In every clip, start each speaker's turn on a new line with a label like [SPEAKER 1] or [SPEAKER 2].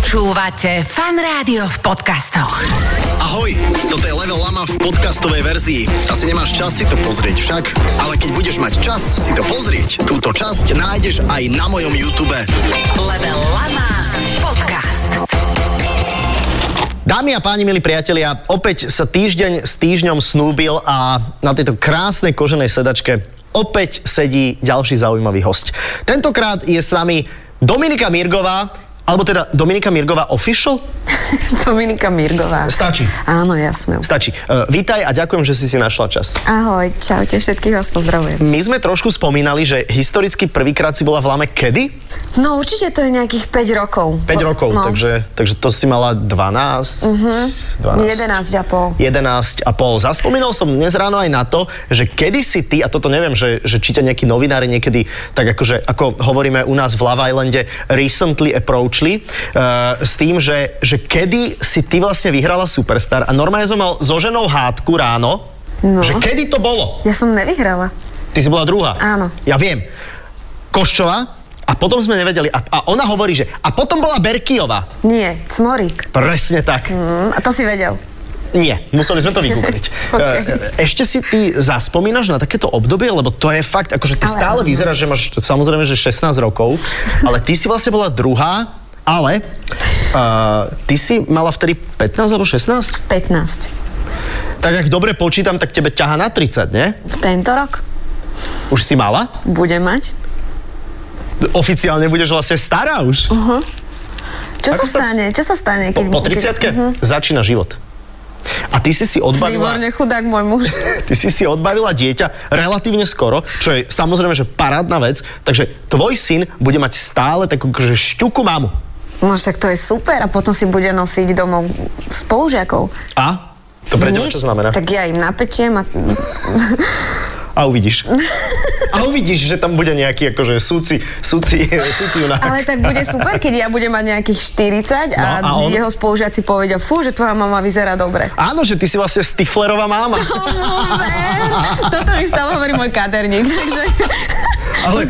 [SPEAKER 1] Počúvate Fan Rádio v podcastoch.
[SPEAKER 2] Ahoj, toto je Level Lama v podcastovej verzii. Asi nemáš čas si to pozrieť však, ale keď budeš mať čas si to pozrieť, túto časť nájdeš aj na mojom YouTube.
[SPEAKER 1] Level Lama Podcast.
[SPEAKER 2] Dámy a páni, milí priatelia, opäť sa týždeň s týždňom snúbil a na tejto krásnej koženej sedačke opäť sedí ďalší zaujímavý host. Tentokrát je s nami Dominika Mirgová, alebo teda Dominika Mirgová Official?
[SPEAKER 3] Dominika Mirgová.
[SPEAKER 2] Stačí.
[SPEAKER 3] Áno, jasné.
[SPEAKER 2] Stačí. Uh, vítaj a ďakujem, že si si našla čas.
[SPEAKER 3] Ahoj, čaute, všetkých vás pozdravujem.
[SPEAKER 2] My sme trošku spomínali, že historicky prvýkrát si bola v Lame kedy?
[SPEAKER 3] No určite to je nejakých 5 rokov.
[SPEAKER 2] 5 rokov,
[SPEAKER 3] no,
[SPEAKER 2] takže, takže to si mala 12, uh-huh. 12
[SPEAKER 3] 11 a pol.
[SPEAKER 2] 11 a pol. Zaspomínal som dnes ráno aj na to, že kedy si ty, a toto neviem, že, že či ťa nejakí novinári niekedy, tak akože, ako hovoríme u nás v Love Islande, recently approachli, uh, s tým, že, že kedy si ty vlastne vyhrala Superstar a normálne som mal so ženou hádku ráno, no.
[SPEAKER 3] No.
[SPEAKER 2] že kedy to bolo?
[SPEAKER 3] Ja som nevyhrala.
[SPEAKER 2] Ty si bola druhá.
[SPEAKER 3] Áno.
[SPEAKER 2] Ja viem. Koščová a potom sme nevedeli. A, a ona hovorí, že a potom bola Berkiová.
[SPEAKER 3] Nie, Cmorík.
[SPEAKER 2] Presne tak. Mm.
[SPEAKER 3] Mm, a to si vedel.
[SPEAKER 2] Nie, museli sme to vygoogliť.
[SPEAKER 3] Okay.
[SPEAKER 2] E, Ešte si ty zaspomínaš na takéto obdobie, lebo to je fakt, akože ty
[SPEAKER 3] Ale
[SPEAKER 2] stále
[SPEAKER 3] áno.
[SPEAKER 2] vyzeráš, že máš samozrejme, že 16 rokov, ale ty si vlastne bola druhá, ale uh, ty si mala vtedy 15 alebo 16?
[SPEAKER 3] 15.
[SPEAKER 2] Tak ak dobre počítam, tak tebe ťaha na 30, nie?
[SPEAKER 3] V tento rok
[SPEAKER 2] Už si mala?
[SPEAKER 3] bude mať.
[SPEAKER 2] Oficiálne budeš vlastne stará už.
[SPEAKER 3] Čo
[SPEAKER 2] Ako
[SPEAKER 3] sa
[SPEAKER 2] sa-
[SPEAKER 3] stane? Čo sa stane?
[SPEAKER 2] Po, po 30
[SPEAKER 3] keď- Mhm.
[SPEAKER 2] uh-huh. začína život. A ty si si odbavila,
[SPEAKER 3] Výborne, chudák môj muž.
[SPEAKER 2] ty si si odbavila dieťa relatívne skoro, čo je samozrejme, že parádna vec. Takže tvoj syn bude mať stále takú že šťuku mamu.
[SPEAKER 3] No však to je super a potom si bude nosiť domov spolužiakov.
[SPEAKER 2] A? To pre teba
[SPEAKER 3] Nič,
[SPEAKER 2] čo znamená?
[SPEAKER 3] Tak ja im napečiem a...
[SPEAKER 2] A uvidíš. A uvidíš, že tam bude nejaký akože súci, súci, súci junák.
[SPEAKER 3] Ale tak bude super, keď ja budem mať nejakých 40 a,
[SPEAKER 2] No, a on-
[SPEAKER 3] jeho spolužiaci povedia, fú, že tvoja mama vyzerá dobre.
[SPEAKER 2] Áno, že ty si vlastne Stiflerová máma.
[SPEAKER 3] Tomu ver. Toto mi stále hovorí môj kaderník, takže...
[SPEAKER 2] Ale,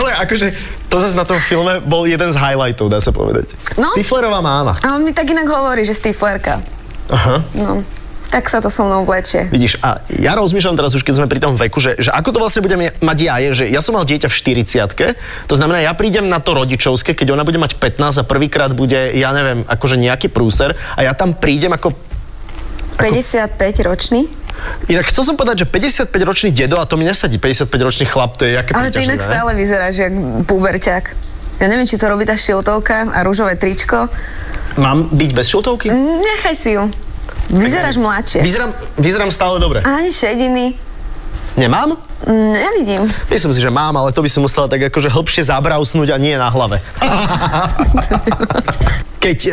[SPEAKER 2] ale akože to zase na tom filme bol jeden z highlightov, dá sa povedať.
[SPEAKER 3] No.
[SPEAKER 2] Stiflerová máma.
[SPEAKER 3] A on mi tak inak hovorí, že stiflerka.
[SPEAKER 2] Aha.
[SPEAKER 3] No, tak sa to so mnou vlečie.
[SPEAKER 2] Vidíš, a ja rozmýšľam teraz už, keď sme pri tom veku, že, že ako to vlastne budem mať ja, je, že ja som mal dieťa v 40 to znamená, ja prídem na to rodičovské, keď ona bude mať 15 a prvýkrát bude, ja neviem, akože nejaký prúser a ja tam prídem ako...
[SPEAKER 3] 55 ročný.
[SPEAKER 2] Inak chcel som povedať, že 55-ročný dedo a to mi nesadí, 55-ročný chlap, to je jaké
[SPEAKER 3] Ale ty
[SPEAKER 2] príťažlivé.
[SPEAKER 3] inak stále vyzeráš jak puberťák. Ja neviem, či to robí tá šiltovka a rúžové tričko.
[SPEAKER 2] Mám byť bez šiltovky?
[SPEAKER 3] Mm, Nechaj si ju. Vyzeráš mladšie.
[SPEAKER 2] Vyzerám, vyzerám stále dobre.
[SPEAKER 3] Ani šediny. Mm,
[SPEAKER 2] Nemám?
[SPEAKER 3] Nevidím.
[SPEAKER 2] Myslím si, že mám, ale to by som musela tak akože hlbšie zabrausnúť a nie na hlave. Keď e,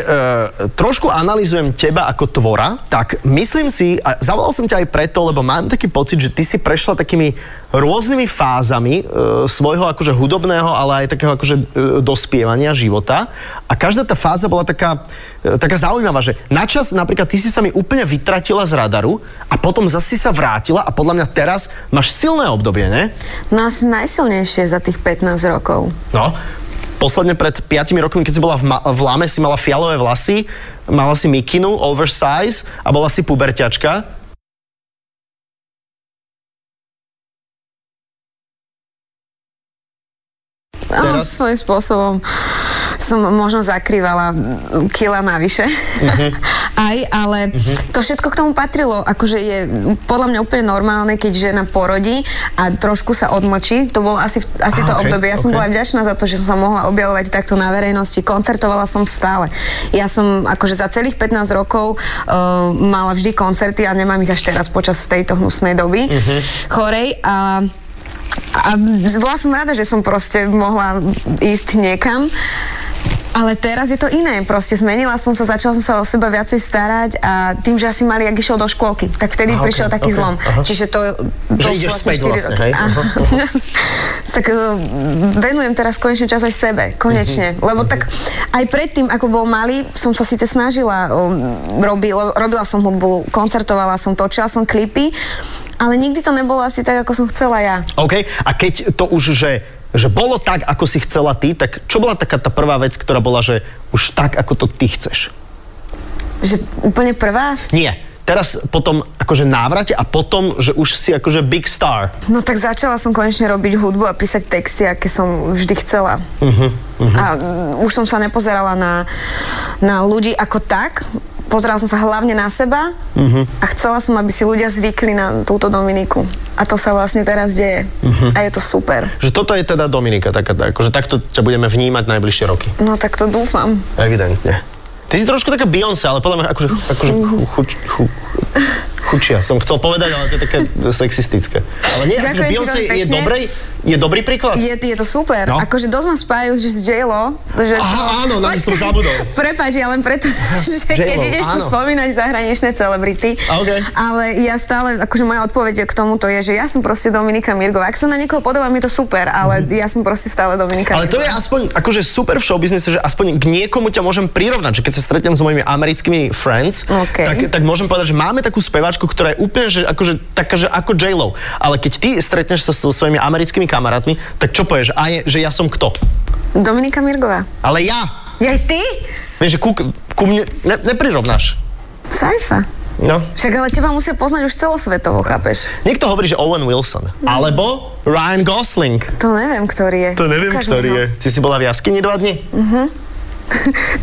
[SPEAKER 2] trošku analizujem teba ako tvora, tak myslím si, a zavolal som ťa aj preto, lebo mám taký pocit, že ty si prešla takými rôznymi fázami e, svojho akože hudobného, ale aj takého akože e, dospievania života. A každá tá fáza bola taká, e, taká zaujímavá, že načas napríklad ty si sa mi úplne vytratila z radaru a potom zase si sa vrátila a podľa mňa teraz máš silné obdobie, ne?
[SPEAKER 3] No asi najsilnejšie za tých 15 rokov.
[SPEAKER 2] No, posledne pred 5 rokmi, keď si bola v, ma- v Lame, si mala fialové vlasy, mala si mikinu, oversize a bola si puberťačka.
[SPEAKER 3] Áno,
[SPEAKER 2] Teraz-
[SPEAKER 3] svojím spôsobom som možno zakrývala mm, kila navyše.
[SPEAKER 2] Mhm.
[SPEAKER 3] Aj, ale to všetko k tomu patrilo. Akože je podľa mňa úplne normálne, keď žena porodí a trošku sa odmlčí. To bolo asi, asi
[SPEAKER 2] Aha,
[SPEAKER 3] to
[SPEAKER 2] okej,
[SPEAKER 3] obdobie. Ja som
[SPEAKER 2] okej.
[SPEAKER 3] bola aj vďačná za to, že som sa mohla objavovať takto na verejnosti. Koncertovala som stále. Ja som akože za celých 15 rokov uh, mala vždy koncerty a nemám ich až teraz počas tejto hnusnej doby
[SPEAKER 2] Mhm.
[SPEAKER 3] chorej. A a bola som rada, že som proste mohla ísť niekam. Ale teraz je to iné, proste zmenila som sa, začala som sa o seba viacej starať a tým, že asi Mariak išiel do škôlky, tak vtedy
[SPEAKER 2] Aha,
[SPEAKER 3] Aha, prišiel
[SPEAKER 2] okej,
[SPEAKER 3] taký
[SPEAKER 2] okej,
[SPEAKER 3] zlom.
[SPEAKER 2] aha.
[SPEAKER 3] Čiže to, to
[SPEAKER 2] Že
[SPEAKER 3] sú
[SPEAKER 2] ideš späť
[SPEAKER 3] štyri
[SPEAKER 2] vlastne,
[SPEAKER 3] roky.
[SPEAKER 2] hej?
[SPEAKER 3] Áno.
[SPEAKER 2] Aha,
[SPEAKER 3] tak e, venujem teraz konečne čas aj sebe, konečne.
[SPEAKER 2] Mhm.
[SPEAKER 3] Lebo tak aj predtým, ako bol malý, som sa síce snažila, o, robilo, robila som hudbu, koncertovala som, točila som klipy, ale nikdy to nebolo asi tak, ako som chcela ja.
[SPEAKER 2] OK? A keď to už, že že bolo tak, ako si chcela ty, tak čo bola taká tá prvá vec, ktorá bola, že už tak, ako to ty chceš?
[SPEAKER 3] Že úplne prvá?
[SPEAKER 2] Nie. Teraz potom akože návrate a potom, že už si akože big star.
[SPEAKER 3] No tak začala som konečne robiť hudbu a písať texty, aké som vždy chcela. Uh-huh, uh-huh. A mm, už som sa nepozerala na, na ľudí ako tak, pozerala som sa hlavne na seba uh-huh. a chcela som, aby si ľudia zvykli na túto Dominiku. A to sa vlastne teraz deje. Uh-huh. A je to super.
[SPEAKER 2] Že toto je teda Dominika, taká, akože takto ťa budeme vnímať najbližšie roky.
[SPEAKER 3] No tak to dúfam.
[SPEAKER 2] Evidentne. Ty si trošku taká Beyoncé, ale podľa mňa akože, akože chu, chu, chu, chučia. Som chcel povedať, ale to je také sexistické. Ale nie, akože
[SPEAKER 3] Ďakujem ti
[SPEAKER 2] Beyoncé
[SPEAKER 3] veľmi
[SPEAKER 2] je,
[SPEAKER 3] pekne.
[SPEAKER 2] dobrý, je dobrý príklad.
[SPEAKER 3] Je, je to super.
[SPEAKER 2] No.
[SPEAKER 3] No. Akože dosť ma spájajú, že s J-Lo. Že...
[SPEAKER 2] Aha, áno, na to som
[SPEAKER 3] Počkaj,
[SPEAKER 2] zabudol.
[SPEAKER 3] Prepáč, ja len preto, že keď
[SPEAKER 2] J-Lo,
[SPEAKER 3] ideš tu
[SPEAKER 2] áno.
[SPEAKER 3] spomínať zahraničné celebrity,
[SPEAKER 2] OK.
[SPEAKER 3] ale ja stále, akože moja odpoveď k tomuto je, že ja som proste Dominika Mirgová. Ak sa na niekoho podobám, je to super, ale ja som proste stále Dominika
[SPEAKER 2] Mhm. Ale to je aspoň akože super v showbiznise, že aspoň k niekomu ťa môžem prirovnať, že keď sa stretnem s mojimi americkými friends,
[SPEAKER 3] OK.
[SPEAKER 2] tak, tak môžem povedať, že máme takú speváčku, ktorá je úplne že, akože, taká, že ako J-Lo. Ale keď ty stretneš sa so svojimi americkými kamarátmi, tak čo povieš? A je, že ja som kto?
[SPEAKER 3] Dominika Mirgová.
[SPEAKER 2] Ale ja!
[SPEAKER 3] Jej ty?
[SPEAKER 2] Vieš, že ku, ku mne ne, neprirovnáš.
[SPEAKER 3] Sajfa.
[SPEAKER 2] No.
[SPEAKER 3] Však ale teba musia poznať už celosvetovo, chápeš?
[SPEAKER 2] Niekto hovorí, že Owen Wilson.
[SPEAKER 3] Mhm.
[SPEAKER 2] Alebo Ryan Gosling.
[SPEAKER 3] To neviem, ktorý je. Ukáž mi ho. Mhm.
[SPEAKER 2] Ty si bola v jaskyni dva dni?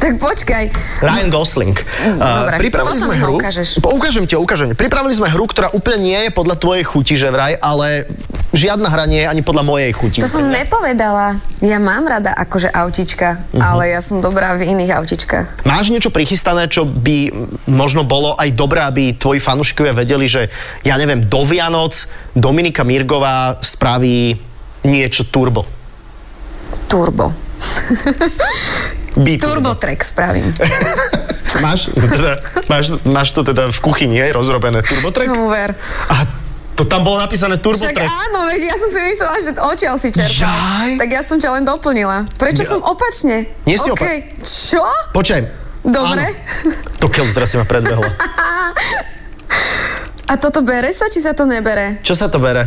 [SPEAKER 3] tak počkaj.
[SPEAKER 2] Ryan Gosling.
[SPEAKER 3] Mhm, Dobre,
[SPEAKER 2] pripravili
[SPEAKER 3] potom
[SPEAKER 2] sme
[SPEAKER 3] mi ho
[SPEAKER 2] hru.
[SPEAKER 3] ukážeš.
[SPEAKER 2] Po- Ukážem ti, ho, ukážem. Pripravili sme hru, ktorá úplne nie je podľa tvojej chuti, že vraj, ale žiadna hra nie je ani podľa mojej chuti.
[SPEAKER 3] To som nepovedala. Ja mám rada akože autička,
[SPEAKER 2] Mhm.
[SPEAKER 3] ale ja som dobrá v iných autičkách.
[SPEAKER 2] Máš niečo prichystané, čo by možno bolo aj dobré, aby tvoji fanúšikovia vedeli, že ja neviem, do Vianoc Dominika Mirgová spraví niečo turbo.
[SPEAKER 3] Turbo.
[SPEAKER 2] Beat.
[SPEAKER 3] Turbo track spravím.
[SPEAKER 2] Máš, teda, máš, máš to teda v kuchyni, hej, rozrobené turbo track?
[SPEAKER 3] Tomu ver.
[SPEAKER 2] A to tam bolo napísané turbo
[SPEAKER 3] No. Však
[SPEAKER 2] track.
[SPEAKER 3] áno, veď ja som si myslela, že odtiaľ si čerpal.
[SPEAKER 2] Jaj.
[SPEAKER 3] Tak ja som ťa len doplnila. Prečo
[SPEAKER 2] Ja-
[SPEAKER 3] som opačne?
[SPEAKER 2] Nie si
[SPEAKER 3] Okej, Čo?
[SPEAKER 2] Počkaj.
[SPEAKER 3] Dobre.
[SPEAKER 2] Áno. To keľ, teraz si ma predbehla.
[SPEAKER 3] A toto bere sa, či sa to nebere?
[SPEAKER 2] Čo sa to bere?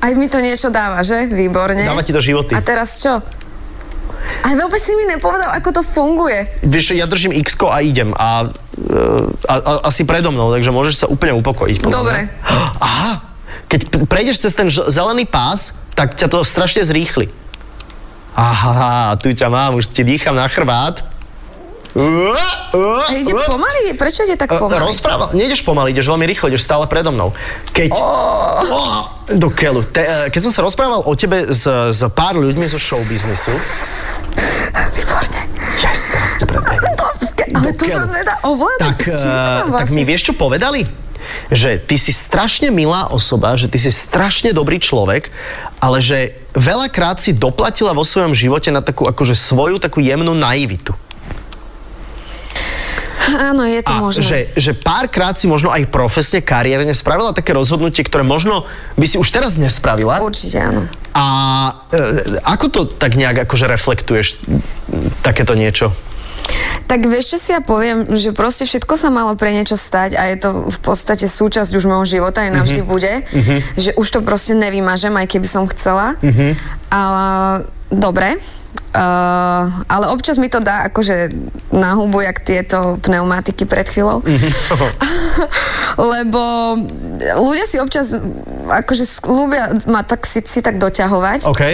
[SPEAKER 3] Aj mi to niečo dáva, že? Výborne.
[SPEAKER 2] Dáva ti to životy.
[SPEAKER 3] A teraz čo? A vôbec si mi nepovedal, ako to funguje.
[SPEAKER 2] Vieš, ja držím x a idem a, e, a, a, asi predo mnou, takže môžeš sa úplne upokojiť. podľa
[SPEAKER 3] Dobre.
[SPEAKER 2] mňa. Aha, keď p- prejdeš cez ten ž- zelený pás, tak ťa to strašne zrýchli. Aha, tu ťa mám, už ti dýcham na chrbát. Ua, ua,
[SPEAKER 3] A ide
[SPEAKER 2] ua.
[SPEAKER 3] pomaly? Prečo ide tak
[SPEAKER 2] E,
[SPEAKER 3] pomaly?
[SPEAKER 2] Rozpráva, nejdeš pomaly, ideš veľmi rýchlo, ideš stále predo mnou. Keď... Oh, do keľu. Te, e, keď som sa rozprával o tebe s, s pár ľuďmi zo showbiznisu,
[SPEAKER 3] Výborne.
[SPEAKER 2] yes, teraz to predbehnem.
[SPEAKER 3] Dobre, ale to sa
[SPEAKER 2] Dokiaľ.
[SPEAKER 3] nedá ovládať.
[SPEAKER 2] tak,
[SPEAKER 3] S čím to mám
[SPEAKER 2] eh, tak
[SPEAKER 3] vlastne?
[SPEAKER 2] mi vieš, čo povedali? Že ty si strašne milá osoba, že ty si strašne dobrý človek, ale že veľakrát si doplatila vo svojom živote na takú akože svoju takú jemnú naivitu.
[SPEAKER 3] Áno, je to
[SPEAKER 2] A
[SPEAKER 3] možné.
[SPEAKER 2] že, že párkrát si možno aj profesne, kariérne spravila také rozhodnutie, ktoré možno by si už teraz nespravila.
[SPEAKER 3] Určite áno.
[SPEAKER 2] A e, ako to tak nejak akože reflektuješ m, takéto niečo?
[SPEAKER 3] Tak vieš, čo si ja poviem, že proste všetko sa malo pre niečo stať a je to v podstate súčasť už môjho života, aj navždy
[SPEAKER 2] Mhm.
[SPEAKER 3] bude, že už to proste nevymažem, aj keby som chcela.
[SPEAKER 2] Mhm.
[SPEAKER 3] Ale dobre. Uh, ale občas mi to dá akože na hubu, jak tieto pneumatiky pred chvíľou.
[SPEAKER 2] Mhm.
[SPEAKER 3] Lebo ľudia si občas akože ľúbia ma tak, si, si tak doťahovať.
[SPEAKER 2] OK.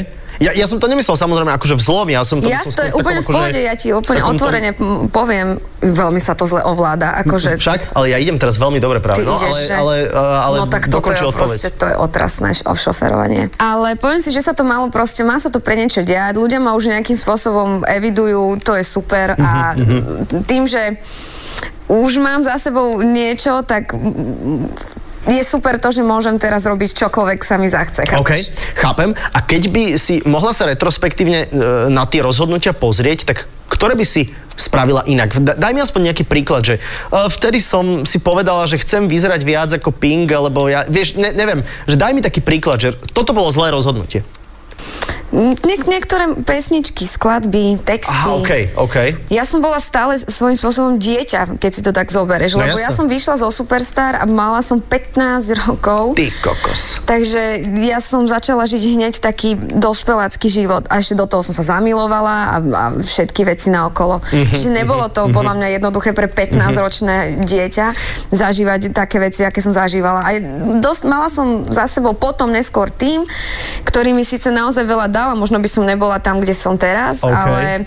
[SPEAKER 2] Ja, ja som to nemyslel samozrejme akože v zlom, ja som to
[SPEAKER 3] Ja
[SPEAKER 2] myslel
[SPEAKER 3] to je
[SPEAKER 2] skôr takom
[SPEAKER 3] úplne v
[SPEAKER 2] akože-
[SPEAKER 3] pohode, ja ti úplne
[SPEAKER 2] takom tom-
[SPEAKER 3] otvorene m- poviem, veľmi sa to zle ovláda, akože
[SPEAKER 2] Však, ale ja idem teraz veľmi dobre práve.
[SPEAKER 3] ty
[SPEAKER 2] No,
[SPEAKER 3] ideš, že...
[SPEAKER 2] ale, ale, uh, ale
[SPEAKER 3] no tak toto je
[SPEAKER 2] dokončil odpoveď.
[SPEAKER 3] proste, to je otrasné š- šoferovanie. Ale poviem si, že sa to malo proste, má sa to pre niečo diať, ľudia ma už nejakým spôsobom evidujú, to je super a
[SPEAKER 2] Mhm,
[SPEAKER 3] tým, že už mám za sebou niečo, tak mm, je super to, že môžem teraz robiť čokoľvek sa mi zachce.
[SPEAKER 2] OK,
[SPEAKER 3] chápeš?
[SPEAKER 2] chápem. A keď by si mohla sa retrospektívne e, na tie rozhodnutia pozrieť, tak ktoré by si spravila inak? Da- Daj mi aspoň nejaký príklad, že e, vtedy som si povedala, že chcem vyzerať viac ako Ping, alebo ja, vieš, ne, neviem, že daj mi taký príklad, že toto bolo zlé rozhodnutie.
[SPEAKER 3] Niek- niektoré pesničky, skladby, texty.
[SPEAKER 2] Aha, okej, okej.
[SPEAKER 3] Ja som bola stále svojím spôsobom dieťa, keď si to tak zoberieš,
[SPEAKER 2] No
[SPEAKER 3] lebo ja
[SPEAKER 2] jasné.
[SPEAKER 3] som vyšla zo Superstar a mala som 15 rokov.
[SPEAKER 2] Ty kokos.
[SPEAKER 3] Takže ja som začala žiť hneď taký dospelácky život a ešte do toho som sa zamilovala a, a všetky veci naokolo. Mm-hmm, Čiže nebolo to mm-hmm. podľa mňa jednoduché pre 15-ročné dieťa zažívať také veci, aké som zažívala. A dosť, mala som za sebou potom neskôr tým, ktorý mi síce naozaj veľa dal a možno by som nebola tam, kde som teraz,
[SPEAKER 2] OK.
[SPEAKER 3] ale,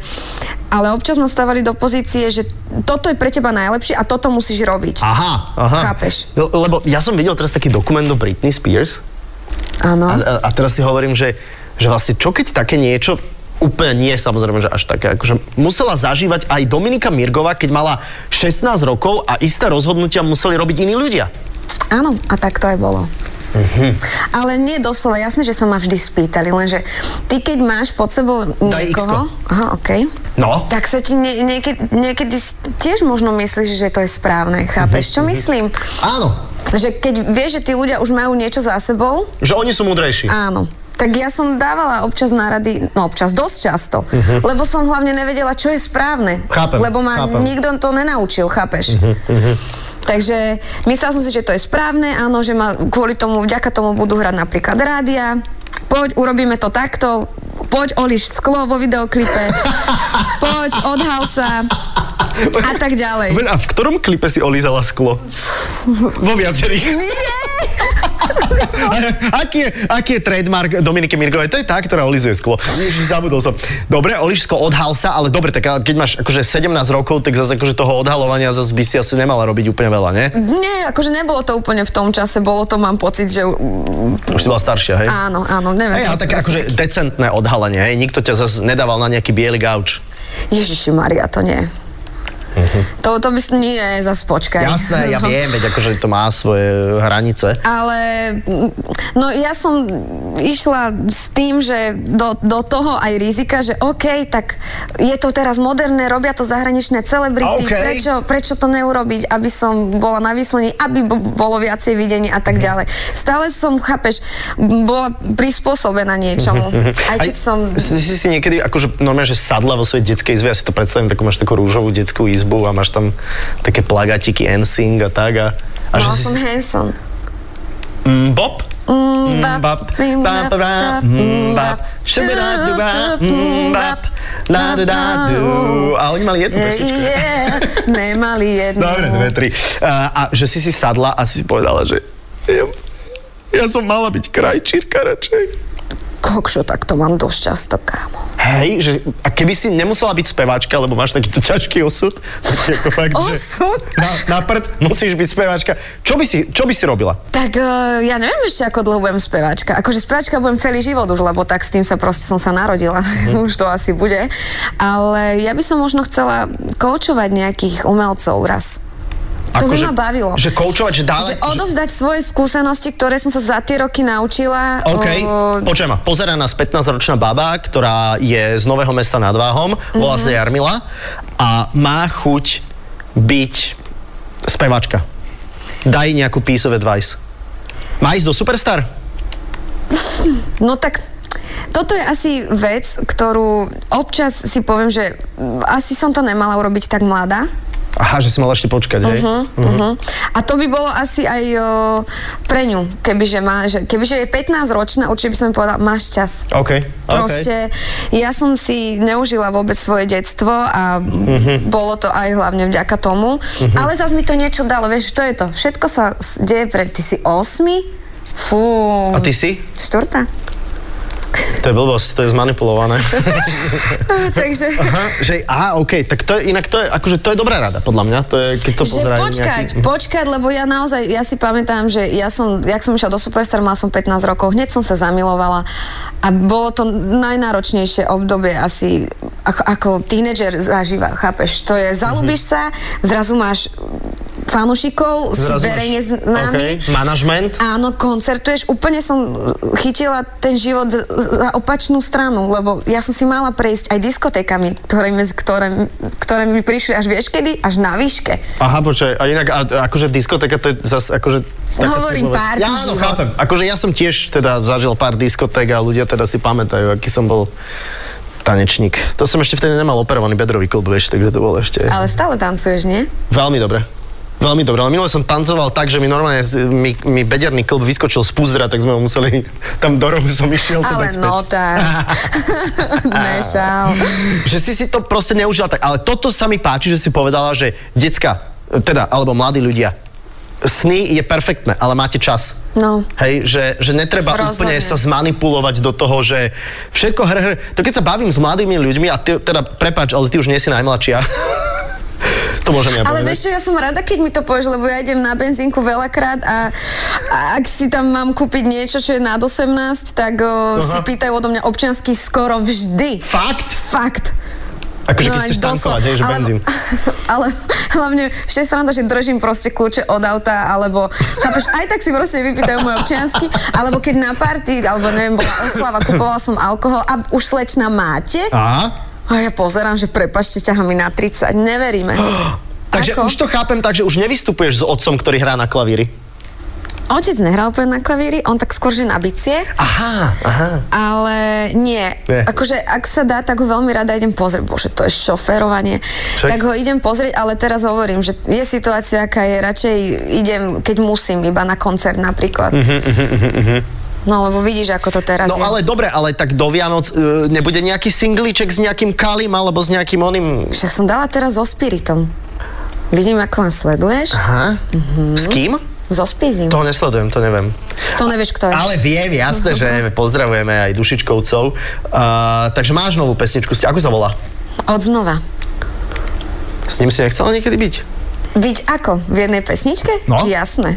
[SPEAKER 3] ale občas ma stávali do pozície, že toto je pre teba najlepšie a toto musíš robiť.
[SPEAKER 2] Aha, aha.
[SPEAKER 3] Chápeš?
[SPEAKER 2] No, lebo ja som videl teraz taký dokument do Britney Spears
[SPEAKER 3] Áno.
[SPEAKER 2] a, a, a teraz si hovorím, že, že vlastne čo keď také niečo úplne nie, samozrejme, že až také. Akože musela zažívať aj Dominika Mirgová, keď mala 16 rokov a isté rozhodnutia museli robiť iní ľudia.
[SPEAKER 3] Áno, a tak to aj bolo. Ale nie doslova, jasné, že sa ma vždy spýtali, lenže ty keď máš pod sebou
[SPEAKER 2] Daj
[SPEAKER 3] niekoho, aha, okay,
[SPEAKER 2] No.
[SPEAKER 3] tak sa ti nie, niekedy, niekedy si tiež možno myslíš, že to je správne, chápeš, čo myslím?
[SPEAKER 2] Áno,
[SPEAKER 3] Že keď vieš, že tí ľudia už majú niečo za sebou,
[SPEAKER 2] že oni sú múdrejší.
[SPEAKER 3] áno, tak ja som dávala občas nárady, no občas, dosť často, lebo som hlavne nevedela, čo je správne,
[SPEAKER 2] Mhm. Chápem,
[SPEAKER 3] lebo ma
[SPEAKER 2] chápem. Mhm,
[SPEAKER 3] nikto to nenaučil, chápeš? Takže myslela som si, že to je správne, áno, že ma kvôli tomu, vďaka tomu budú hrať napríklad rádia, poď, urobíme to takto, poď, oliš sklo vo videoklipe, poď, odhal sa a tak ďalej.
[SPEAKER 2] Len a v ktorom klipe si olízala sklo? Vo viacerých. aký, je, aký je trademark Dominiky Mirgovej? To je tá, ktorá olizuje sklo. Ježiš, zabudol som. Dobre, olíš sklo, odhal sa, ale dobre, tak ale keď máš akože 17 rokov, tak zase akože toho odhalovania zase by si asi nemala robiť úplne veľa, ne?
[SPEAKER 3] Nie, akože nebolo to úplne v tom čase, bolo to, mám pocit, že...
[SPEAKER 2] Už
[SPEAKER 3] mm,
[SPEAKER 2] si bola staršia, hej?
[SPEAKER 3] Áno, áno, neviem.
[SPEAKER 2] Hej, ale
[SPEAKER 3] teraz
[SPEAKER 2] tak
[SPEAKER 3] presne.
[SPEAKER 2] akože decentné odhalenie, hej? Nikto ťa zase nedával na nejaký biely gauč.
[SPEAKER 3] Ježiši Maria, to nie. To, to by s- nie, zas počkaj.
[SPEAKER 2] Mhm. Jasné, ja
[SPEAKER 3] No.
[SPEAKER 2] viem, veď akože to má svoje hranice.
[SPEAKER 3] Ale mm, no ja som išla s tým, že do, do toho aj rizika, že OK, tak je to teraz moderné, robia to zahraničné celebrity,
[SPEAKER 2] OK.
[SPEAKER 3] prečo, prečo to neurobiť, aby som bola na výslení, aby bo- bolo viacej videní a
[SPEAKER 2] Mhm.
[SPEAKER 3] tak ďalej. Stále som, chápeš, m, bola prispôsobená niečomu.
[SPEAKER 2] Mhm.
[SPEAKER 3] Aj keď som...
[SPEAKER 2] Si, si, si niekedy akože normálne, že sadla vo svojej detskej izbe, ja si to predstavím, takú máš takú rúžovú detskú izbu a máš tam také plagatiky NSYNC a tak a... a
[SPEAKER 3] Mala
[SPEAKER 2] si,
[SPEAKER 3] no, som Hanson.
[SPEAKER 2] mm, Bob?
[SPEAKER 3] Mm,
[SPEAKER 2] Bap, bap, bap, mm, bap, šubidaduba, mm, bap, nadadadu. A oni mali jednu pesničku.
[SPEAKER 3] Yeah, Nemali jednu.
[SPEAKER 2] Dobre, dve, tri. A, a že si si sadla a si si povedala, že ja, ja som mala byť krajčírka radšej.
[SPEAKER 3] Kokšo, tak to mám dosť často, kámo.
[SPEAKER 2] Hej, že, a keby si nemusela byť speváčka, lebo máš takýto ťažký osud, tak ako fakt,
[SPEAKER 3] Osud?
[SPEAKER 2] Že na, na prd musíš byť speváčka. Čo by si, čo by si robila?
[SPEAKER 3] Tak eh, ja neviem ešte, ako dlho budem speváčka. Akože speváčka budem celý život už, lebo tak s tým sa proste som sa narodila.
[SPEAKER 2] Mhm.
[SPEAKER 3] už to asi bude. Ale ja by som možno chcela koučovať nejakých umelcov raz. To by
[SPEAKER 2] Akože-
[SPEAKER 3] ma bavilo.
[SPEAKER 2] Že koučovať, že dávať...
[SPEAKER 3] Že odovzdať svoje skúsenosti, ktoré som sa za tie roky naučila.
[SPEAKER 2] OK,
[SPEAKER 3] eh,
[SPEAKER 2] počujem ma. Pozerá nás 15-ročná baba, ktorá je z Nového mesta nad Váhom, volá
[SPEAKER 3] Mhm.
[SPEAKER 2] sa Jarmila a má chuť byť speváčka. Daj nejakú piece of advice. Má ísť do Superstar?
[SPEAKER 3] No tak toto je asi vec, ktorú občas si poviem, že mm, asi som to nemala urobiť tak mladá.
[SPEAKER 2] Aha, že si mala ešte počkať, hej?
[SPEAKER 3] Hm, mhm. A to by bolo asi aj o, pre ňu, kebyže, má, že, kebyže je 15 ročná, určite by som jej povedala, máš čas.
[SPEAKER 2] OK, OK.
[SPEAKER 3] Proste ja som si neužila vôbec svoje detstvo a
[SPEAKER 2] Mhm.
[SPEAKER 3] bolo to aj hlavne vďaka tomu. Ale zase mi to niečo dalo, vieš, to je to. Všetko sa s- deje pre... Ty si 8? Fú.
[SPEAKER 2] A ty si?
[SPEAKER 3] Štvrtá.
[SPEAKER 2] To je blbosť, to je zmanipulované.
[SPEAKER 3] Takže...
[SPEAKER 2] Aha, že, á, OK, tak to je, inak to je, akože to je dobrá rada, podľa mňa, to je, keď to
[SPEAKER 3] Že
[SPEAKER 2] pozerajú
[SPEAKER 3] počkať,
[SPEAKER 2] Nejaký...
[SPEAKER 3] počkať, lebo ja naozaj, ja si pamätám, že ja som, jak som išla do Superstar, mala som 15 rokov, hneď som sa zamilovala a bolo to najnáročnejšie obdobie asi,
[SPEAKER 2] Mhm.
[SPEAKER 3] ako, ako tínedžer zažíva, chápeš? To je, zalúbiš sa, zrazu máš fanúšikov, sú
[SPEAKER 2] Zrazu máš-
[SPEAKER 3] verejne známi.
[SPEAKER 2] OK. Manažment.
[SPEAKER 3] Áno, koncertuješ. Úplne som chytila ten život z- za opačnú stranu, lebo ja som si mala prejsť aj diskotékami, ktoré, mi- ktoré, ktoré mi prišli až vieš kedy? Až na výške.
[SPEAKER 2] Aha, počkaj, a inak, a, a akože diskoteka, to je zase akože... taká
[SPEAKER 3] Hovorím,
[SPEAKER 2] typová-
[SPEAKER 3] party
[SPEAKER 2] ja, áno,
[SPEAKER 3] život.
[SPEAKER 2] chápem. Akože ja som tiež teda zažil pár diskotek a ľudia teda si pamätajú, aký som bol tanečník. To som ešte vtedy nemal operovaný bedrový klub, vieš, takže to bolo ešte...
[SPEAKER 3] Ale stále tancuješ, nie?
[SPEAKER 2] Veľmi dobre. Veľmi dobre, ale minule som tancoval tak, že mi normálne z- mi, mi bederný klb vyskočil z púzdra, tak sme ho museli, tam do rohu som išiel. teda
[SPEAKER 3] Ale
[SPEAKER 2] späť.
[SPEAKER 3] no tak. Nešal.
[SPEAKER 2] Že si si to proste neužila tak, ale toto sa mi páči, že si povedala, že decka, teda, alebo mladí ľudia, sny je perfektné, ale máte čas.
[SPEAKER 3] No.
[SPEAKER 2] Hej, že, že netreba úplne
[SPEAKER 3] Rozhodne.
[SPEAKER 2] sa zmanipulovať do toho, že všetko hr, hr. To keď sa bavím s mladými ľuďmi, a ty, teda, prepáč, ale ty už nie si najmladšia. to môžem ja
[SPEAKER 3] Ale
[SPEAKER 2] povedať.
[SPEAKER 3] vieš čo, ja som rada, keď mi to povieš, lebo ja idem na benzínku veľakrát a, a ak si tam mám kúpiť niečo, čo je nad 18, tak o, si pýtajú odo mňa občiansky skoro vždy.
[SPEAKER 2] Fakt?
[SPEAKER 3] Fakt.
[SPEAKER 2] Akože keď
[SPEAKER 3] No,
[SPEAKER 2] chceš
[SPEAKER 3] doslo-
[SPEAKER 2] tankovať, hej, že
[SPEAKER 3] ale-
[SPEAKER 2] benzín.
[SPEAKER 3] Ale hlavne ešte je sranda, že držím proste kľúče od auta, alebo chápeš, aj tak si proste vypýtajú moje občiansky, alebo keď na party, alebo neviem, bola oslava, kupovala som alkohol a už slečna máte?
[SPEAKER 2] Aha.
[SPEAKER 3] A ja pozerám, že prepačte, ťaha mi na 30, neveríme.
[SPEAKER 2] Takže
[SPEAKER 3] Ako?
[SPEAKER 2] už to chápem tak, že už nevystupuješ s otcom, ktorý hrá na klavíri.
[SPEAKER 3] Otec nehral úplne na klavíri, on tak skôr, že na bicie,
[SPEAKER 2] Aha, aha.
[SPEAKER 3] ale nie.
[SPEAKER 2] Nie.
[SPEAKER 3] Akože, ak sa dá, tak ho veľmi rada idem pozrieť. Bože, to je šoferovanie.
[SPEAKER 2] Však.
[SPEAKER 3] Tak ho idem pozrieť, ale teraz hovorím, že je situácia, aká je, radšej idem, keď musím, iba na koncert napríklad.
[SPEAKER 2] Mhm,
[SPEAKER 3] No, lebo vidíš, ako to teraz
[SPEAKER 2] No
[SPEAKER 3] je.
[SPEAKER 2] ale dobre, ale tak do Vianoc e, nebude nejaký singliček s nejakým Kalim alebo s nejakým oným...
[SPEAKER 3] Však som dala teraz so Spiritom. Vidím, ako ma sleduješ.
[SPEAKER 2] Aha. S kým?
[SPEAKER 3] So Spizim. To,
[SPEAKER 2] Toho nesledujem, Ah. to neviem.
[SPEAKER 3] to nevieš, kto je.
[SPEAKER 2] Ale viem, jasné, že pozdravujeme aj Dušičkovcov. Uh, takže máš novú pesničku, ako sa volá?
[SPEAKER 3] Odznova.
[SPEAKER 2] S ním si nechcela niekedy byť?
[SPEAKER 3] Byť ako? V jednej pesničke?
[SPEAKER 2] No.
[SPEAKER 3] Jasné.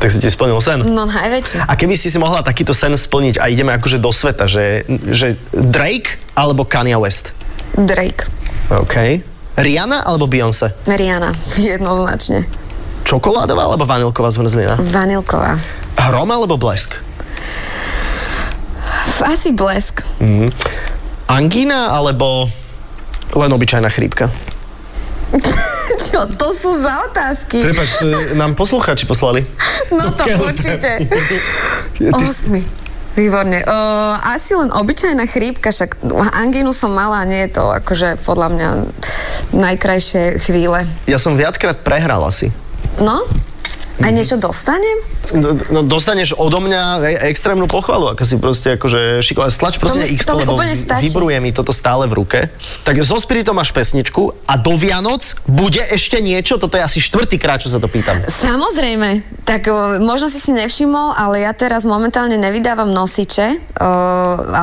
[SPEAKER 2] Tak si ti splnil sen.
[SPEAKER 3] No najväčšie.
[SPEAKER 2] A keby si si mohla takýto sen splniť a ideme akože do sveta, že, že Drake alebo Kanye West?
[SPEAKER 3] Drake.
[SPEAKER 2] OK. Rihanna alebo Beyoncé?
[SPEAKER 3] Rihanna, jednoznačne.
[SPEAKER 2] Čokoládová alebo vanilková zmrzlina?
[SPEAKER 3] Vanilková.
[SPEAKER 2] Hrom alebo blesk?
[SPEAKER 3] F- Asi blesk.
[SPEAKER 2] Mm. Angína alebo len obyčajná chrípka?
[SPEAKER 3] Čo, to sú za otázky?
[SPEAKER 2] Prepač, e, nám poslucháči poslali.
[SPEAKER 3] No to určite. Osmi. Výborne. O, asi len obyčajná chrípka, však angínu som mala, nie je to akože podľa mňa najkrajšie chvíle.
[SPEAKER 2] Ja som viackrát prehral asi.
[SPEAKER 3] No? Aj niečo dostanem?
[SPEAKER 2] No, no dostaneš odo mňa e- extrémnu pochvalu, ako si proste akože šiková. Stlač proste
[SPEAKER 3] To mi-
[SPEAKER 2] X,
[SPEAKER 3] to mi
[SPEAKER 2] lebo
[SPEAKER 3] úplne
[SPEAKER 2] vi-
[SPEAKER 3] stačí.
[SPEAKER 2] vibruje mi toto stále v ruke. Tak so Spiritom máš pesničku a do Vianoc bude ešte niečo? Toto je asi štvrtýkrát, čo sa to pýtam. E,
[SPEAKER 3] Samozrejme, tak o, možno si si nevšimol, ale ja teraz momentálne nevydávam nosiče, o,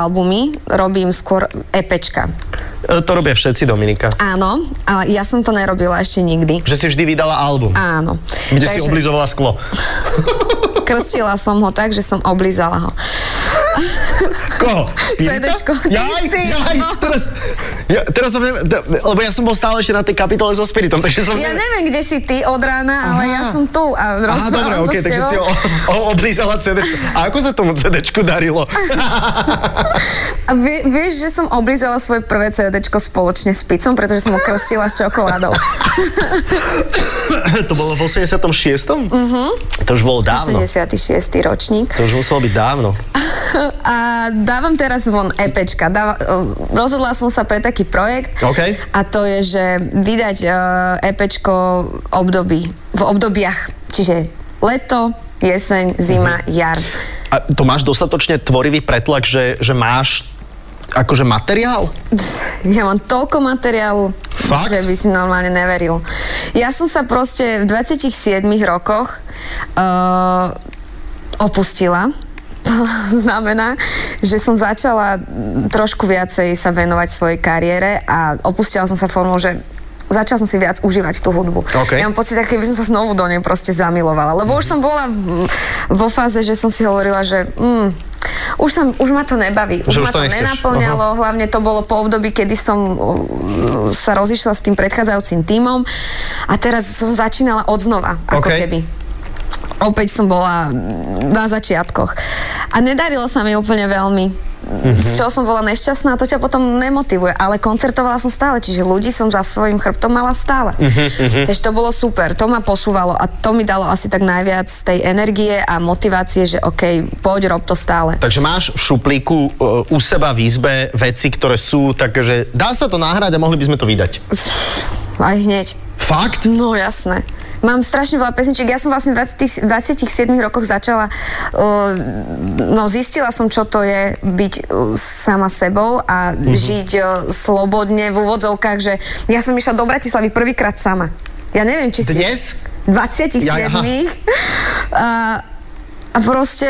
[SPEAKER 3] albumy, robím skôr EPčka.
[SPEAKER 2] E, To robia všetci, Dominika.
[SPEAKER 3] Áno, ale ja som to nerobila ešte nikdy.
[SPEAKER 2] Že si vždy vydala album,
[SPEAKER 3] Áno.
[SPEAKER 2] kde si oblizovala sklo.
[SPEAKER 3] krstila som ho tak, že som oblizala ho.
[SPEAKER 2] Koho? Spirita?
[SPEAKER 3] CDčko. Ty
[SPEAKER 2] Jaj,
[SPEAKER 3] si,
[SPEAKER 2] jaj,
[SPEAKER 3] no.
[SPEAKER 2] teraz, ja, teraz som, ne- da- lebo ja som bol stále ešte na tej kapitole so Spiritom, takže som...
[SPEAKER 3] Ja neviem, kde si ty od rána, ale
[SPEAKER 2] Aha.
[SPEAKER 3] ja som tu a
[SPEAKER 2] Aha, dobre, okej,
[SPEAKER 3] rozprávam sa s
[SPEAKER 2] takže si
[SPEAKER 3] tebou.
[SPEAKER 2] o, o, oblízala CD. A ako sa tomu CDčku darilo?
[SPEAKER 3] A vie, vieš, že som oblizala svoje prvé CDčko spoločne s pizzom, pretože som ho krstila s čokoládou.
[SPEAKER 2] to bolo v 86. Mhm. To už bolo dávno.
[SPEAKER 3] 86. ročník.
[SPEAKER 2] To už muselo byť dávno.
[SPEAKER 3] A dávam teraz von EPčka. Dáva, eh, rozhodla som sa pre taký projekt.
[SPEAKER 2] OK.
[SPEAKER 3] A to je, že vydať eh, EPčko období, v obdobiach. Čiže leto, jeseň, zima, jar.
[SPEAKER 2] A to máš dostatočne tvorivý pretlak, že, že máš akože materiál?
[SPEAKER 3] Pff, Ja mám toľko materiálu,
[SPEAKER 2] Fakt?
[SPEAKER 3] že by si normálne neveril. Ja som sa proste v 27 rokoch uh, opustila. To znamená, že som začala trošku viacej sa venovať svojej kariére a opustila som sa formou, že začala som si viac užívať tú hudbu.
[SPEAKER 2] OK. Mhm.
[SPEAKER 3] Ja mám pocit, ako keby som sa znovu do nej proste zamilovala. Lebo už som bola v, vo fáze, že som si hovorila, že mm, už, som, už ma to nebaví, už,
[SPEAKER 2] Že už
[SPEAKER 3] ma
[SPEAKER 2] to
[SPEAKER 3] to,
[SPEAKER 2] nechceš.
[SPEAKER 3] nenaplňalo, No, hlavne to bolo po období, kedy som uh, sa rozišla s tým predchádzajúcim tímom a teraz som začínala od znova, ako
[SPEAKER 2] OK.
[SPEAKER 3] keby opäť som bola na začiatkoch. A nedarilo sa mi úplne veľmi. Z čoho som bola nešťastná, to ťa potom nemotivuje. Ale koncertovala som stále, čiže ľudí som za svojim chrbtom mala stále. Takže to bolo super, to ma posúvalo a to mi dalo asi tak najviac tej energie a motivácie, že OK, poď, rob to stále.
[SPEAKER 2] Takže máš v šuplíku e, u seba v izbe veci, ktoré sú takže dá sa to nahrať a mohli by sme to vydať.
[SPEAKER 3] Aj hneď.
[SPEAKER 2] Fakt?
[SPEAKER 3] No jasné. Mám strašne veľa pesničiek. Ja som vlastne v 20 27 rokoch začala, uh, no zistila som, čo to je byť uh, sama sebou a
[SPEAKER 2] Mhm.
[SPEAKER 3] žiť uh, slobodne v úvodzovkách, že ja som išla do Bratislavy prvýkrát sama. Ja neviem, či si...
[SPEAKER 2] Dnes?
[SPEAKER 3] 27.
[SPEAKER 2] Ja, aha.
[SPEAKER 3] a, a proste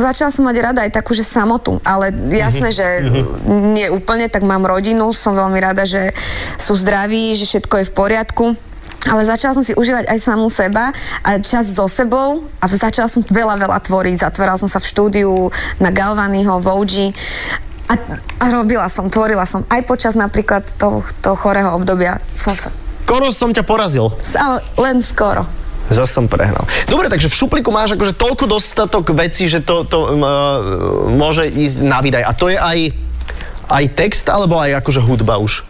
[SPEAKER 3] začala som mať rada aj takú, že samotu. Ale jasné, že nie úplne, tak mám rodinu, som veľmi rada, že sú zdraví, že všetko je v poriadku. Ale začala som si užívať aj samú seba a čas so sebou a začala som veľa, veľa tvoriť. Zatvárala som sa v štúdiu na Galvanyho, v OG a, a robila som, tvorila som aj počas napríklad toho, toho chorého obdobia. Som sa,
[SPEAKER 2] Skoro som ťa porazil.
[SPEAKER 3] ale len skoro.
[SPEAKER 2] Zas som prehral. Dobre, takže v šuplíku máš akože toľko dostatok vecí, že to, to m, e, môže ísť na výdaj. A to je aj, aj text, alebo aj akože hudba už?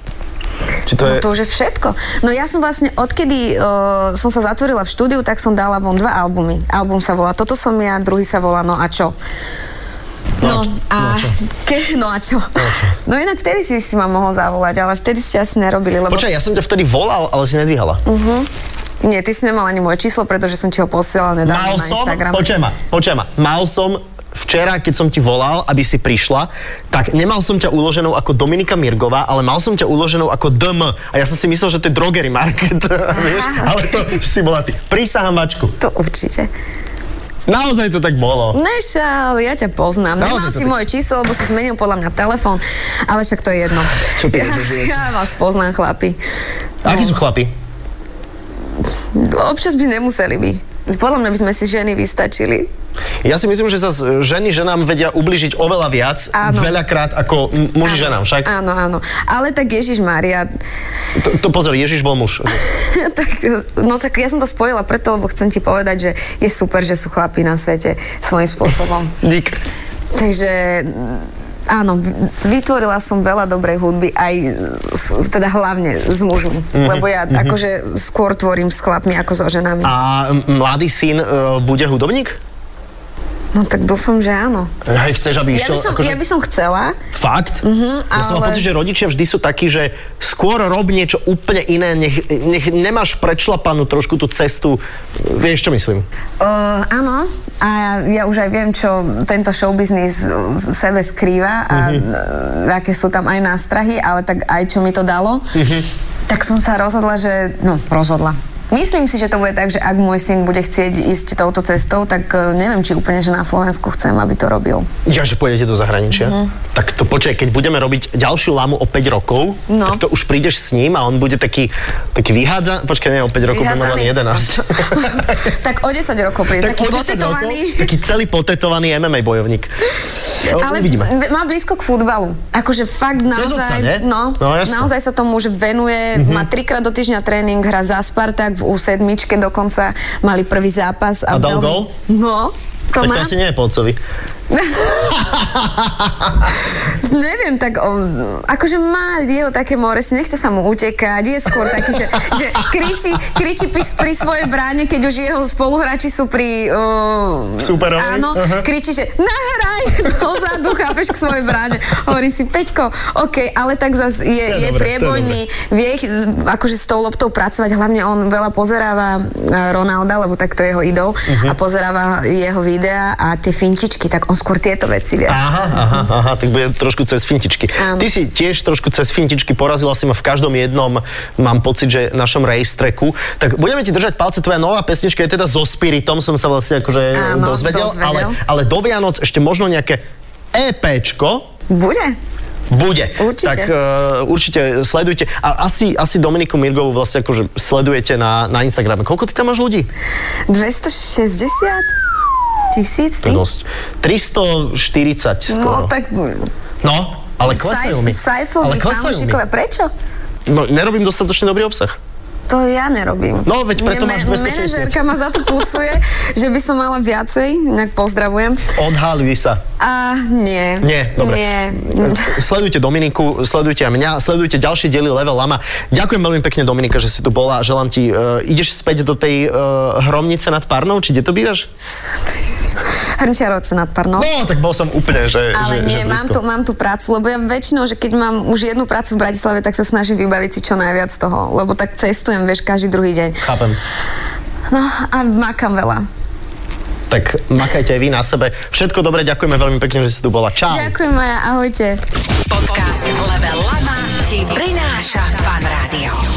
[SPEAKER 2] Či to
[SPEAKER 3] To
[SPEAKER 2] je...
[SPEAKER 3] no to už je všetko. No ja som vlastne, odkedy uh, som sa zatvorila v štúdiu, tak som dala von dva albumy. Album sa volá Toto som ja, druhý sa volá No a čo? No, a ke, no a čo? No inak vtedy si si ma mohol zavolať, ale vtedy ste asi nerobili, lebo...
[SPEAKER 2] Počkaj, ja som ťa vtedy volal, ale si nedvíhala.
[SPEAKER 3] Uh-huh. Nie, ty si nemal ani moje číslo, pretože som ti ho
[SPEAKER 2] Mal
[SPEAKER 3] posielala nedávno na
[SPEAKER 2] som,
[SPEAKER 3] Instagram.
[SPEAKER 2] počkaj ma, počkaj ma, mal som včera, keď som ti volal, aby si prišla, tak nemal som ťa uloženou ako Dominika Mirgová, ale mal som ťa uloženou ako DM. A ja som si myslel, že to je drogery market, vieš? Ale to si bola ty. Prísahám mačku.
[SPEAKER 3] To určite.
[SPEAKER 2] Naozaj to tak bolo.
[SPEAKER 3] Nešal, ja ťa poznám.
[SPEAKER 2] Naozaj
[SPEAKER 3] Nemal
[SPEAKER 2] to
[SPEAKER 3] si
[SPEAKER 2] ty-
[SPEAKER 3] moje číslo, lebo si zmenil podľa mňa telefón, ale však to je jedno.
[SPEAKER 2] Čo to je
[SPEAKER 3] ja,
[SPEAKER 2] za život?
[SPEAKER 3] ja vás poznám, chlapi. Mm. No.
[SPEAKER 2] Akí sú chlapi?
[SPEAKER 3] Občas by nemuseli byť. Podľa mňa by sme si ženy vystačili.
[SPEAKER 2] Ja si myslím, že sa ženy ženám vedia ubližiť oveľa viac,
[SPEAKER 3] Áno.
[SPEAKER 2] veľakrát ako m- muži
[SPEAKER 3] Áno.
[SPEAKER 2] ženám, však?
[SPEAKER 3] Áno, áno. Ale tak Ježiš Maria,
[SPEAKER 2] To, to pozor, Ježiš bol muž.
[SPEAKER 3] tak, no tak ja som to spojila preto, lebo chcem ti povedať, že je super, že sú chlapí na svete svojím spôsobom.
[SPEAKER 2] Dík.
[SPEAKER 3] Takže áno, vytvorila som veľa dobrej hudby, aj s- teda hlavne s mužmi,
[SPEAKER 2] Mhm,
[SPEAKER 3] lebo ja akože skôr tvorím s chlapmi ako so ženami.
[SPEAKER 2] A m- mladý syn e, bude hudobník?
[SPEAKER 3] No tak dúfam, že áno.
[SPEAKER 2] Hej, chceš, aby
[SPEAKER 3] Ja
[SPEAKER 2] išiel...
[SPEAKER 3] by som,
[SPEAKER 2] akože-
[SPEAKER 3] ja by som chcela,
[SPEAKER 2] Fakt?
[SPEAKER 3] Mhm,
[SPEAKER 2] Ja som mal
[SPEAKER 3] ale-
[SPEAKER 2] pocit, že rodičia vždy sú takí, že skôr rob niečo úplne iné, nech, nech nemáš prečlapanú trošku tú cestu. Vieš, čo myslím?
[SPEAKER 3] Uh, áno, a ja už aj viem, čo tento showbiznis eh, v sebe skrýva a
[SPEAKER 2] Mhm.
[SPEAKER 3] eh, aké sú tam aj nástrahy, ale tak aj čo mi to dalo, tak som sa rozhodla, že... No, rozhodla. Myslím si, že to bude tak, že ak môj syn bude chcieť ísť touto cestou, tak eh, neviem, či úplne, že na Slovensku chcem, aby to robil.
[SPEAKER 2] Ja, že pôjdete do zahraničia.
[SPEAKER 3] Mhm.
[SPEAKER 2] Tak to počkaj, keď budeme robiť ďalšiu lámu o 5 rokov,
[SPEAKER 3] No.
[SPEAKER 2] tak to už prídeš s ním a on bude taký, taký vyhádza... Počkaj, nie, o 5 rokov budeme len
[SPEAKER 3] Vyhádzaný.
[SPEAKER 2] 11.
[SPEAKER 3] tak o 10 rokov príde,
[SPEAKER 2] Tak
[SPEAKER 3] taký
[SPEAKER 2] o 10 rokov
[SPEAKER 3] potetovaný.
[SPEAKER 2] Taký celý potetovaný MMA bojovník. No,
[SPEAKER 3] Ale
[SPEAKER 2] Uvidíme.
[SPEAKER 3] b- má blízko k futbalu. Akože fakt
[SPEAKER 2] otca,
[SPEAKER 3] naozaj,
[SPEAKER 2] ne?
[SPEAKER 3] no,
[SPEAKER 2] No, jasné. Mhm.
[SPEAKER 3] naozaj sa tomu už venuje. Má trikrát do týždňa tréning, hra za Spartak, v U7 dokonca mali prvý zápas.
[SPEAKER 2] A
[SPEAKER 3] A,
[SPEAKER 2] dal
[SPEAKER 3] veľmi-
[SPEAKER 2] gól?
[SPEAKER 3] No, to
[SPEAKER 2] Tak to
[SPEAKER 3] má.
[SPEAKER 2] asi nie je polcovi.
[SPEAKER 3] Neviem, tak o, akože má jeho také more, si nechce sa mu utekať, je skôr taký, že, že kričí, kričí pri, pri svojej bráne, keď už jeho spoluhráči sú pri... Uh,
[SPEAKER 2] Superovi.
[SPEAKER 3] Áno,
[SPEAKER 2] Aha.
[SPEAKER 3] kričí, že nahraj dozadu, chápeš, k svojej bráne. Hovorím si, Peťko, OK, ale tak zase je,
[SPEAKER 2] je
[SPEAKER 3] je, je
[SPEAKER 2] dobré, to je
[SPEAKER 3] priebojný, vie ch- akože s tou loptou pracovať, hlavne on veľa pozeráva e, Ronalda, lebo tak to je jeho idol,
[SPEAKER 2] Mhm.
[SPEAKER 3] a pozeráva jeho videá a tie fintičky, tak on skôr tieto veci vie.
[SPEAKER 2] Aha, aha, aha, tak bude trošku cez fintičky.
[SPEAKER 3] Áno.
[SPEAKER 2] Ty si tiež trošku cez fintičky porazila si ma v každom jednom, mám pocit, že našom racetracku. Tak budeme ti držať palce, tvoja nová pesnička je teda so Spiritom, som sa vlastne akože
[SPEAKER 3] Áno,
[SPEAKER 2] dozvedel,
[SPEAKER 3] dozvedel.
[SPEAKER 2] Ale, ale do Vianoc ešte možno nejaké EPčko,
[SPEAKER 3] Bude?
[SPEAKER 2] Bude.
[SPEAKER 3] Určite.
[SPEAKER 2] Tak uh, určite sledujte. A asi, asi Dominiku Mirgovú vlastne akože sledujete na, na Instagrame. Koľko ty tam máš ľudí?
[SPEAKER 3] 260? Tisíc,
[SPEAKER 2] To
[SPEAKER 3] ty?
[SPEAKER 2] je dosť. 340 skoro.
[SPEAKER 3] No tak
[SPEAKER 2] No, ale klesajú mi. Ale
[SPEAKER 3] Sajfovi
[SPEAKER 2] klesajú mi.
[SPEAKER 3] fanúšikovia, prečo?
[SPEAKER 2] No, nerobím dostatočne dobrý obsah.
[SPEAKER 3] To ja nerobím.
[SPEAKER 2] No, veď preto
[SPEAKER 3] Mne
[SPEAKER 2] máš
[SPEAKER 3] me-
[SPEAKER 2] 260.
[SPEAKER 3] Manažérka ma za to púcuje, že by som mala viacej, inak pozdravujem.
[SPEAKER 2] Odhaľuj sa.
[SPEAKER 3] A nie.
[SPEAKER 2] Nie, dobre.
[SPEAKER 3] Nie.
[SPEAKER 2] Sledujte Dominiku, sledujte aj mňa, sledujte ďalšie diely Level Lama. Ďakujem veľmi pekne Dominika, že si tu bola a želám ti, uh, ideš späť do tej uh, hromnice nad Parnou, či kde to bývaš?
[SPEAKER 3] Hrnčiarovce nad Parnou.
[SPEAKER 2] No, tak bol som úplne, že že,
[SPEAKER 3] Ale nie,
[SPEAKER 2] že
[SPEAKER 3] mám
[SPEAKER 2] blízko.
[SPEAKER 3] tu, mám tu prácu, lebo ja väčšinou, že keď mám už jednu prácu v Bratislave, tak sa snažím vybaviť si čo najviac z toho, lebo tak cestujem, vieš, každý druhý deň.
[SPEAKER 2] Chápem.
[SPEAKER 3] No a makám veľa.
[SPEAKER 2] Tak makajte aj vy na sebe. Všetko dobre, ďakujeme veľmi pekne, že si tu bola. Čau.
[SPEAKER 3] Ďakujem, Maja, ahojte.
[SPEAKER 1] Podcast Level Lama ti prináša Fan Rádio.